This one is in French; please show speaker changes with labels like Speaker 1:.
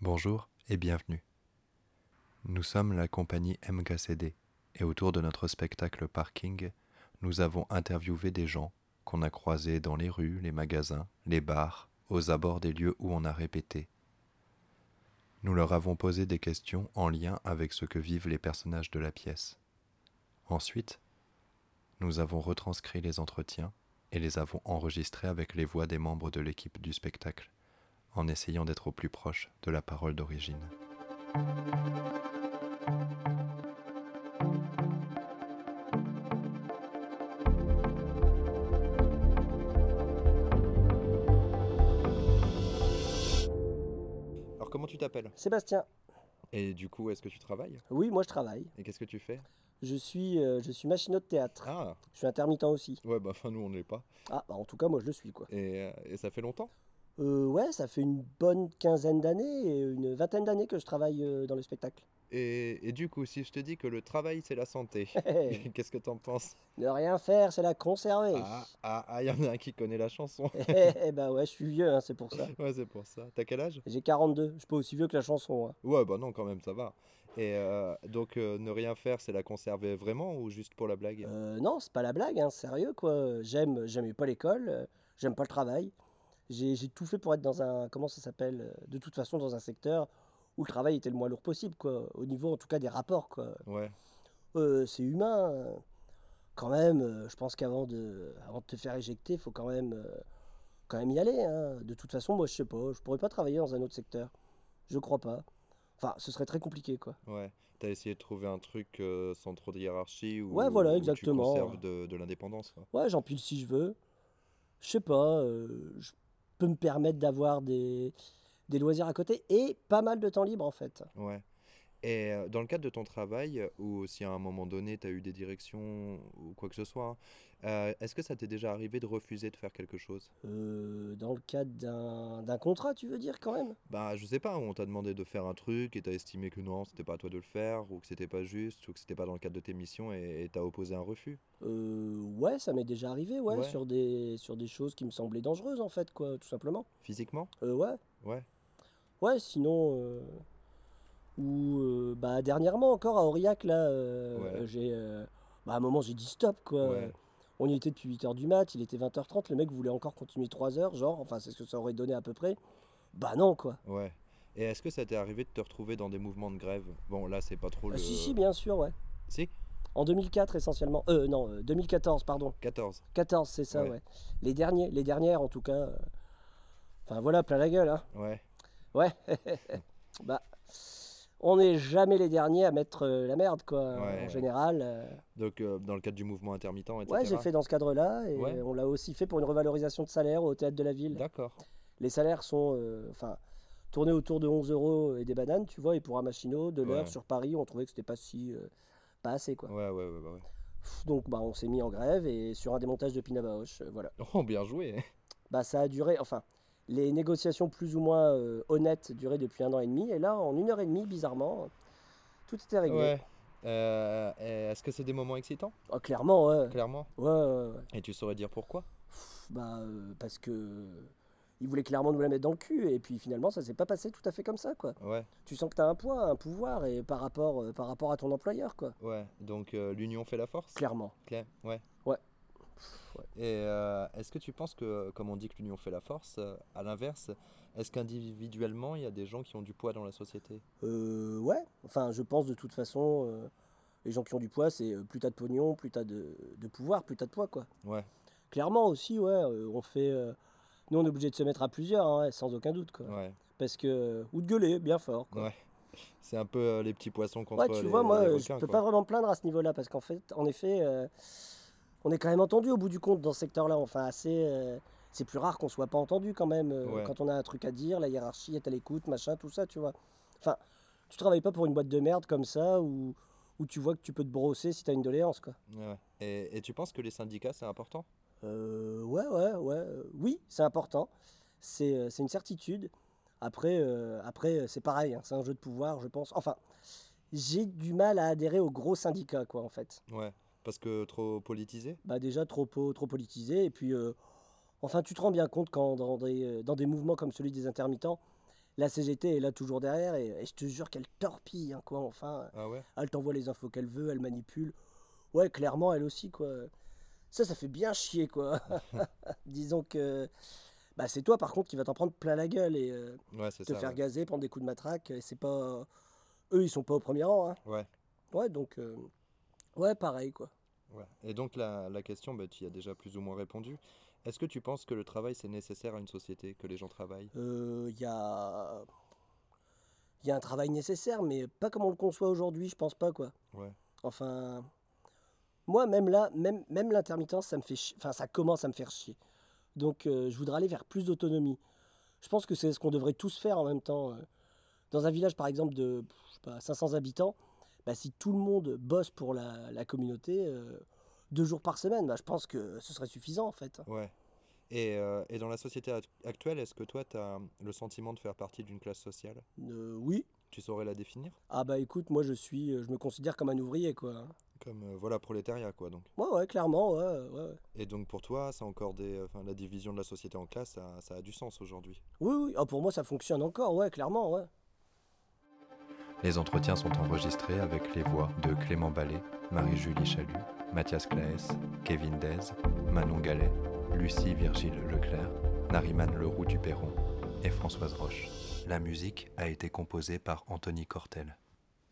Speaker 1: Bonjour et bienvenue. Nous sommes la compagnie MKCD et autour de notre spectacle Parking, nous avons interviewé des gens qu'on a croisés dans les rues, les magasins, les bars, aux abords des lieux où on a répété. Nous leur avons posé des questions en lien avec ce que vivent les personnages de la pièce. Ensuite, nous avons retranscrit les entretiens et les avons enregistrés avec les voix des membres de l'équipe du spectacle, en essayant d'être au plus proche de la parole d'origine. Alors comment tu t'appelles
Speaker 2: Sébastien,
Speaker 1: Et du coup, est-ce que tu travailles
Speaker 2: oui, moi je travaille.
Speaker 1: Et qu'est-ce que tu fais
Speaker 2: Je suis, euh, je suis machinot de théâtre.
Speaker 1: Ah
Speaker 2: Je suis intermittent aussi.
Speaker 1: Ouais, bah enfin nous on ne l'est pas.
Speaker 2: Ah, bah en tout cas, moi je le suis quoi.
Speaker 1: Et, euh, et ça fait longtemps
Speaker 2: Euh, ouais, ça fait une bonne quinzaine d'années et une vingtaine d'années que je travaille euh, dans le spectacle.
Speaker 1: et, et du coup, si je te dis que le travail c'est la santé,
Speaker 2: ne
Speaker 1: qu'est-ce que t'en penses
Speaker 2: rien faire, c'est la conserver.
Speaker 1: Ah, ah, ah, il y en a un qui connaît la chanson.
Speaker 2: Eh bah ouais, je suis vieux, hein, c'est pour ça.
Speaker 1: Ouais, c'est pour ça. T'as quel âge
Speaker 2: J'ai 42, je suis pas aussi vieux que la chanson. hein.
Speaker 1: Ouais, bah non, quand même, ça va. Et euh, donc, euh, ne rien faire, c'est la conserver vraiment ou juste pour la blague
Speaker 2: Euh, non, c'est pas la blague, hein, sérieux quoi. J'aime, j'aimais pas l'école, euh, j'aime pas le travail. J'ai j'ai tout fait pour être dans un, comment ça s'appelle, euh, de toute façon dans un secteur où le travail était le moins lourd possible quoi. Au niveau en tout cas des rapports quoi.
Speaker 1: Ouais.
Speaker 2: Euh, c'est humain. euh, Quand même, euh, je pense qu'avant de, avant de te faire éjecter, faut quand même, euh, quand même y aller. hein. De toute façon, moi, je sais pas, je pourrais pas travailler dans un autre secteur. Je crois pas. Enfin, ce serait très compliqué, quoi.
Speaker 1: Ouais. T'as essayé de trouver un truc euh, sans trop de hiérarchie ou
Speaker 2: Ouais, voilà,
Speaker 1: où
Speaker 2: exactement.
Speaker 1: tu conserves de, de l'indépendance. quoi.
Speaker 2: Ouais, j'empile si je veux. Je sais pas, euh, je peux me permettre d'avoir des, des loisirs à côté et pas mal de temps libre, en fait.
Speaker 1: Ouais. Et euh, dans le cadre de ton travail, ou si à un moment donné, t'as eu des directions ou quoi que ce soit, hein, euh, est-ce que ça t'est déjà arrivé de refuser de faire quelque chose
Speaker 2: Euh, dans le cadre d'un d'un contrat, tu veux dire, quand même
Speaker 1: Bah, je sais pas, on t'a demandé de faire un truc et t'as estimé que non, c'était pas à toi de le faire, ou que c'était pas juste, ou que c'était pas dans le cadre de tes missions et et t'as opposé un refus.
Speaker 2: Euh, ouais, ça m'est déjà arrivé, ouais,
Speaker 1: Ouais.
Speaker 2: Sur, des, sur des choses qui me semblaient dangereuses, en fait, quoi, tout simplement.
Speaker 1: Physiquement?
Speaker 2: Euh, ouais,
Speaker 1: Ouais.
Speaker 2: ouais, sinon... euh, Ou, euh, bah, dernièrement, encore, à Aurillac, là, euh,
Speaker 1: Ouais.
Speaker 2: j'ai... euh, Bah, à un moment, j'ai dit stop, quoi.
Speaker 1: Ouais.
Speaker 2: On y était depuis 8h du mat, il était 20h30, le mec voulait encore continuer 3h, genre, enfin, c'est ce que ça aurait donné à peu près. Bah non, quoi.
Speaker 1: Ouais. Et est-ce que ça t'est arrivé de te retrouver dans des mouvements de grève? Bon, là, c'est pas trop
Speaker 2: Ah,
Speaker 1: Oh le...
Speaker 2: si, si, bien sûr, ouais.
Speaker 1: Si?
Speaker 2: En 2004, essentiellement. Euh, non, euh, 2014, pardon.
Speaker 1: 14.
Speaker 2: 14, c'est ça,
Speaker 1: Ouais.
Speaker 2: ouais. Les derniers, les dernières en tout cas. euh, Enfin voilà, plein la gueule, hein.
Speaker 1: Ouais.
Speaker 2: Ouais. bah, on n'est jamais les derniers à mettre euh, la merde, quoi.
Speaker 1: Ouais,
Speaker 2: en
Speaker 1: ouais.
Speaker 2: général. euh,
Speaker 1: Donc, euh, dans le cadre du mouvement intermittent, etc.
Speaker 2: Ouais, j'ai fait dans ce cadre-là, et
Speaker 1: Ouais.
Speaker 2: on l'a aussi fait pour une revalorisation de salaire au théâtre de la ville.
Speaker 1: D'accord.
Speaker 2: Les salaires sont, euh, enfin, tournés autour de 11 euros et des bananes, tu vois, et pour un machinot, de l'heure
Speaker 1: Ouais.
Speaker 2: sur Paris, on trouvait que c'était pas si, euh, pas assez, quoi.
Speaker 1: Ouais, ouais, ouais, ouais. ouais.
Speaker 2: Pff, Donc, bah, on s'est mis en grève et sur un démontage de Pina Bausch, euh, voilà.
Speaker 1: Oh, bien joué.
Speaker 2: bah, ça a duré, enfin, les négociations plus ou moins euh, honnêtes duraient depuis un an et demi, et là, en une heure et demie, bizarrement, tout était réglé.
Speaker 1: Ouais. Euh, et est-ce que c'est des moments excitants,
Speaker 2: Ah, clairement, ouais.
Speaker 1: clairement?
Speaker 2: Ouais, ouais, ouais.
Speaker 1: Et tu saurais dire pourquoi?
Speaker 2: Pff, Bah, euh, parce que. euh, Ils voulaient clairement nous la mettre dans le cul, et puis finalement, ça s'est pas passé tout à fait comme ça, quoi.
Speaker 1: Ouais,
Speaker 2: Tu sens que t'as un poids, un pouvoir, et par rapport, euh, par rapport à ton employeur, quoi.
Speaker 1: ouais. Donc, euh, l'union fait la force?
Speaker 2: Clairement.
Speaker 1: Claire, ouais.
Speaker 2: Ouais.
Speaker 1: Et euh, est-ce que tu penses que, comme on dit que l'union fait la force, euh, à l'inverse, est-ce qu'individuellement, il y a des gens qui ont du poids dans la société?
Speaker 2: Euh, ouais. Enfin, je pense de toute façon, euh, les gens qui ont du poids, c'est euh, plus t'as de pognon, plus t'as de, de pouvoir, plus t'as de poids, quoi.
Speaker 1: Ouais.
Speaker 2: Clairement aussi, ouais, euh, on fait. euh, nous, on est obligé de se mettre à plusieurs, hein, sans aucun doute, quoi.
Speaker 1: Ouais,
Speaker 2: Parce que. euh, Ou de gueuler, bien fort, quoi.
Speaker 1: ouais. C'est un peu euh, les petits poissons contre
Speaker 2: Ouais, tu
Speaker 1: les,
Speaker 2: vois, moi,
Speaker 1: les
Speaker 2: euh, je
Speaker 1: requins,
Speaker 2: peux
Speaker 1: quoi.
Speaker 2: pas vraiment me plaindre à ce niveau-là, parce qu'en fait, en effet, euh, on est quand même entendu au bout du compte dans ce secteur-là. Enfin, assez. euh, c'est plus rare qu'on soit pas entendu quand même. euh,
Speaker 1: Ouais.
Speaker 2: Quand on a un truc à dire, la hiérarchie est à l'écoute, machin, tout ça, tu vois. Enfin, tu travailles pas pour une boîte de merde comme ça, où, où tu vois que tu peux te brosser si t'as une doléance, quoi.
Speaker 1: Ouais. Et, et tu penses que les syndicats, c'est important?
Speaker 2: Euh, ouais, ouais, ouais. euh, Oui, c'est important. C'est euh, c'est une certitude. Après, euh, après euh, c'est pareil. hein, c'est un jeu de pouvoir, je pense. Enfin, j'ai du mal à adhérer aux gros syndicats, quoi, en fait.
Speaker 1: Ouais. Parce que trop politisé?
Speaker 2: Bah, déjà, trop, po- trop politisé. Et puis, euh, enfin, tu te rends bien compte quand, dans des, euh, dans des mouvements comme celui des intermittents, la CGT est là toujours derrière et, et je te jure qu'elle torpille, hein, quoi, enfin.
Speaker 1: Ah ouais
Speaker 2: Elle t'envoie les infos qu'elle veut, elle manipule. Ouais, clairement, elle aussi, quoi. Ça, ça fait bien chier, quoi. Disons que. Bah, c'est toi, par contre, qui va t'en prendre plein la gueule et euh,
Speaker 1: Ouais, c'est
Speaker 2: te
Speaker 1: ça.
Speaker 2: faire
Speaker 1: ouais.
Speaker 2: gazer, prendre des coups de matraque. Et c'est pas. Eux, ils sont pas au premier rang, hein.
Speaker 1: Ouais,
Speaker 2: Ouais, donc. euh, Ouais, pareil, quoi.
Speaker 1: ouais. Et donc la, la question, bah, tu y as déjà plus ou moins répondu. Est-ce que tu penses que le travail, c'est nécessaire à une société, que les gens travaillent
Speaker 2: Euh, Il y a. Il y a un travail nécessaire, mais pas comme on le conçoit aujourd'hui, je pense pas, quoi.
Speaker 1: Ouais.
Speaker 2: Enfin. Moi, même là, même, même l'intermittence, ça me fait chi- Enfin, ça commence à me faire chier. Donc, euh, je voudrais aller vers plus d'autonomie. Je pense que c'est ce qu'on devrait tous faire en même temps. euh. Dans un village, par exemple, de pff, je sais pas, 500 habitants, bah, si tout le monde bosse pour la, la communauté, euh, deux jours par semaine, bah, je pense que ce serait suffisant, en fait. hein.
Speaker 1: Ouais. Et, euh, et dans la société act- actuelle, est-ce que toi, tu as le sentiment de faire partie d'une classe sociale
Speaker 2: Euh, oui.
Speaker 1: Tu saurais la définir
Speaker 2: Ah bah écoute, moi je suis, euh, je me considère comme un ouvrier quoi.
Speaker 1: Comme, euh, voilà, prolétariat, quoi, donc.
Speaker 2: Ouais ouais, clairement, ouais, ouais. ouais.
Speaker 1: Et donc pour toi, c'est encore des... Enfin, la division de la société en classes, ça, ça a du sens aujourd'hui.
Speaker 2: Oui oui, ah, pour moi ça fonctionne encore, ouais, clairement, ouais.
Speaker 1: Les entretiens sont enregistrés avec les voix de Clément Ballet, Marie-Julie Chalut, Mathias Claes, Kevin Dez, Manon Gallet, Lucie Virgile Leclerc, Nariman Leroux du Perron et Françoise Roche. La musique a été composée par Anthony Cortel.